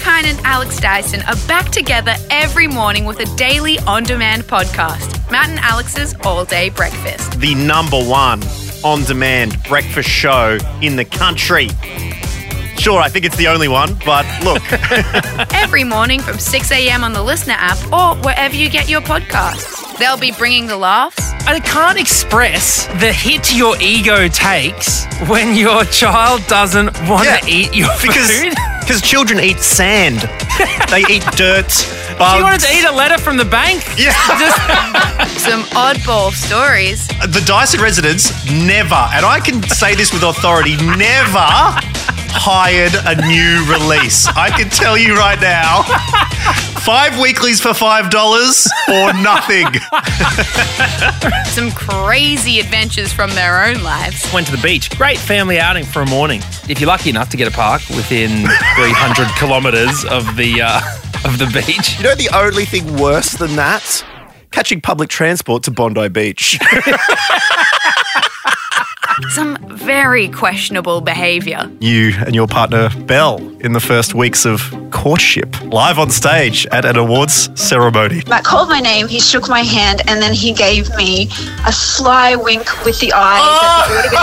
Kine and Alex Dyson are back together every morning with a daily on demand podcast, Matt and Alex's All Day Breakfast. the number one on demand breakfast show in the country. Sure, I think it's the only one, but look, Every morning from 6 a.m. on the Listener app or wherever you get your podcasts. They'll be bringing the laughs, I can't express the hit your ego takes when your child doesn't want Yeah. to eat your because food. because children eat sand, they eat dirt, bugs. She wanted to eat a letter from the bank. Yeah, some oddball stories, the Dyson residents never, and I can say this with authority, never hired a new release. I can tell you right now. Five weeklies for $5 or nothing. some crazy adventures from their own lives. Went to the beach. Great family outing for a morning. If you're lucky enough to get a park within 300 kilometres of the uh, of the beach. You know the only thing worse than that? Catching public transport to Bondi Beach. Some very questionable behaviour. you and your partner Belle in the first weeks of courtship live on stage at an awards ceremony. Matt called my name, he shook my hand, and then he gave me a sly wink with the eye. Okay.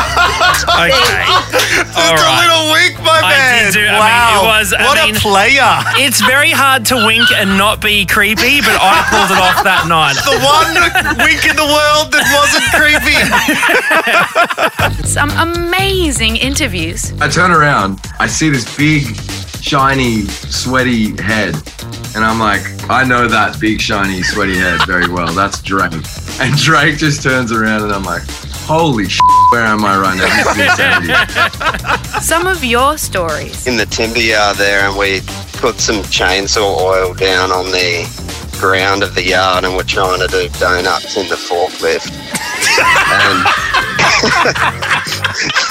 All It's a right. little weak, my I man. did do- I mean, it wow. was- I what mean- a player. It's very hard to wink and not be creepy, but I pulled it off that night. The one wink in the world that wasn't creepy. Some amazing interviews. I turn around, I see this big, shiny, sweaty head. And I'm like, I know that big, shiny, sweaty head very well. That's Drake. And Drake just turns around and I'm like, holy sh! where am I right now? This is insanity. Some of your stories. in the timber yard there and we put some chainsaw oil down on the ground of the yard and we're trying to do donuts in the forklift. and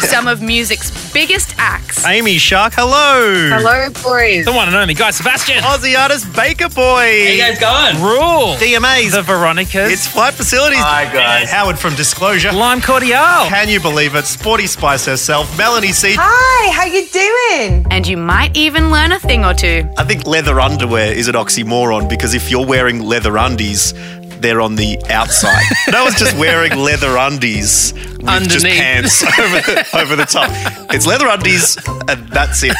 Some of music's biggest acts. Amy Shark, hello. Hello, boys. The one and only guy, Sebastian. Aussie artist Baker Boy. going? Rule. DMAs. The Veronicas. it's Flight Facilities. Hi, guys. Howard from Disclosure. Lime Cordial. Can you believe it? Sporty Spice herself, Melanie C. Hi, how you doing? And you might even learn a thing or two. I think leather underwear is an oxymoron because if you're wearing leather undies, they're on the outside. and I was just wearing leather undies with just Underneath. pants over the, over the top. It's leather undies, and that's it.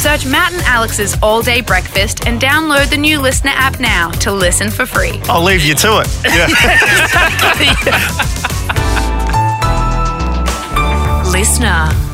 Search Matt and Alex's All Day Breakfast and download the new listener app now to listen for free. I'll leave you to it. Yeah. listener.